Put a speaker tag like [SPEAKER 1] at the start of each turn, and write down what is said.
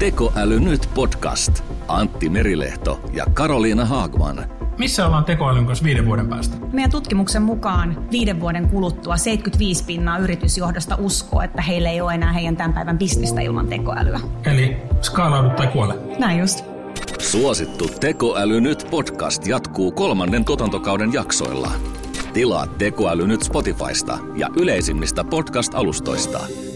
[SPEAKER 1] Tekoäly nyt podcast. Antti Merilehto ja Karoliina Haagman.
[SPEAKER 2] Missä ollaan tekoälyn kanssa viiden vuoden päästä?
[SPEAKER 3] Meidän tutkimuksen mukaan viiden vuoden kuluttua 75 pinnaa yritysjohdosta uskoo, että heillä ei ole enää heidän tämän päivän bisnistä ilman tekoälyä.
[SPEAKER 2] Eli skaalaudu tai kuole.
[SPEAKER 3] Näin just.
[SPEAKER 1] Suosittu Tekoäly nyt podcast jatkuu kolmannen tuotantokauden jaksoilla. Tilaa Tekoäly nyt Spotifysta ja yleisimmistä podcast-alustoista.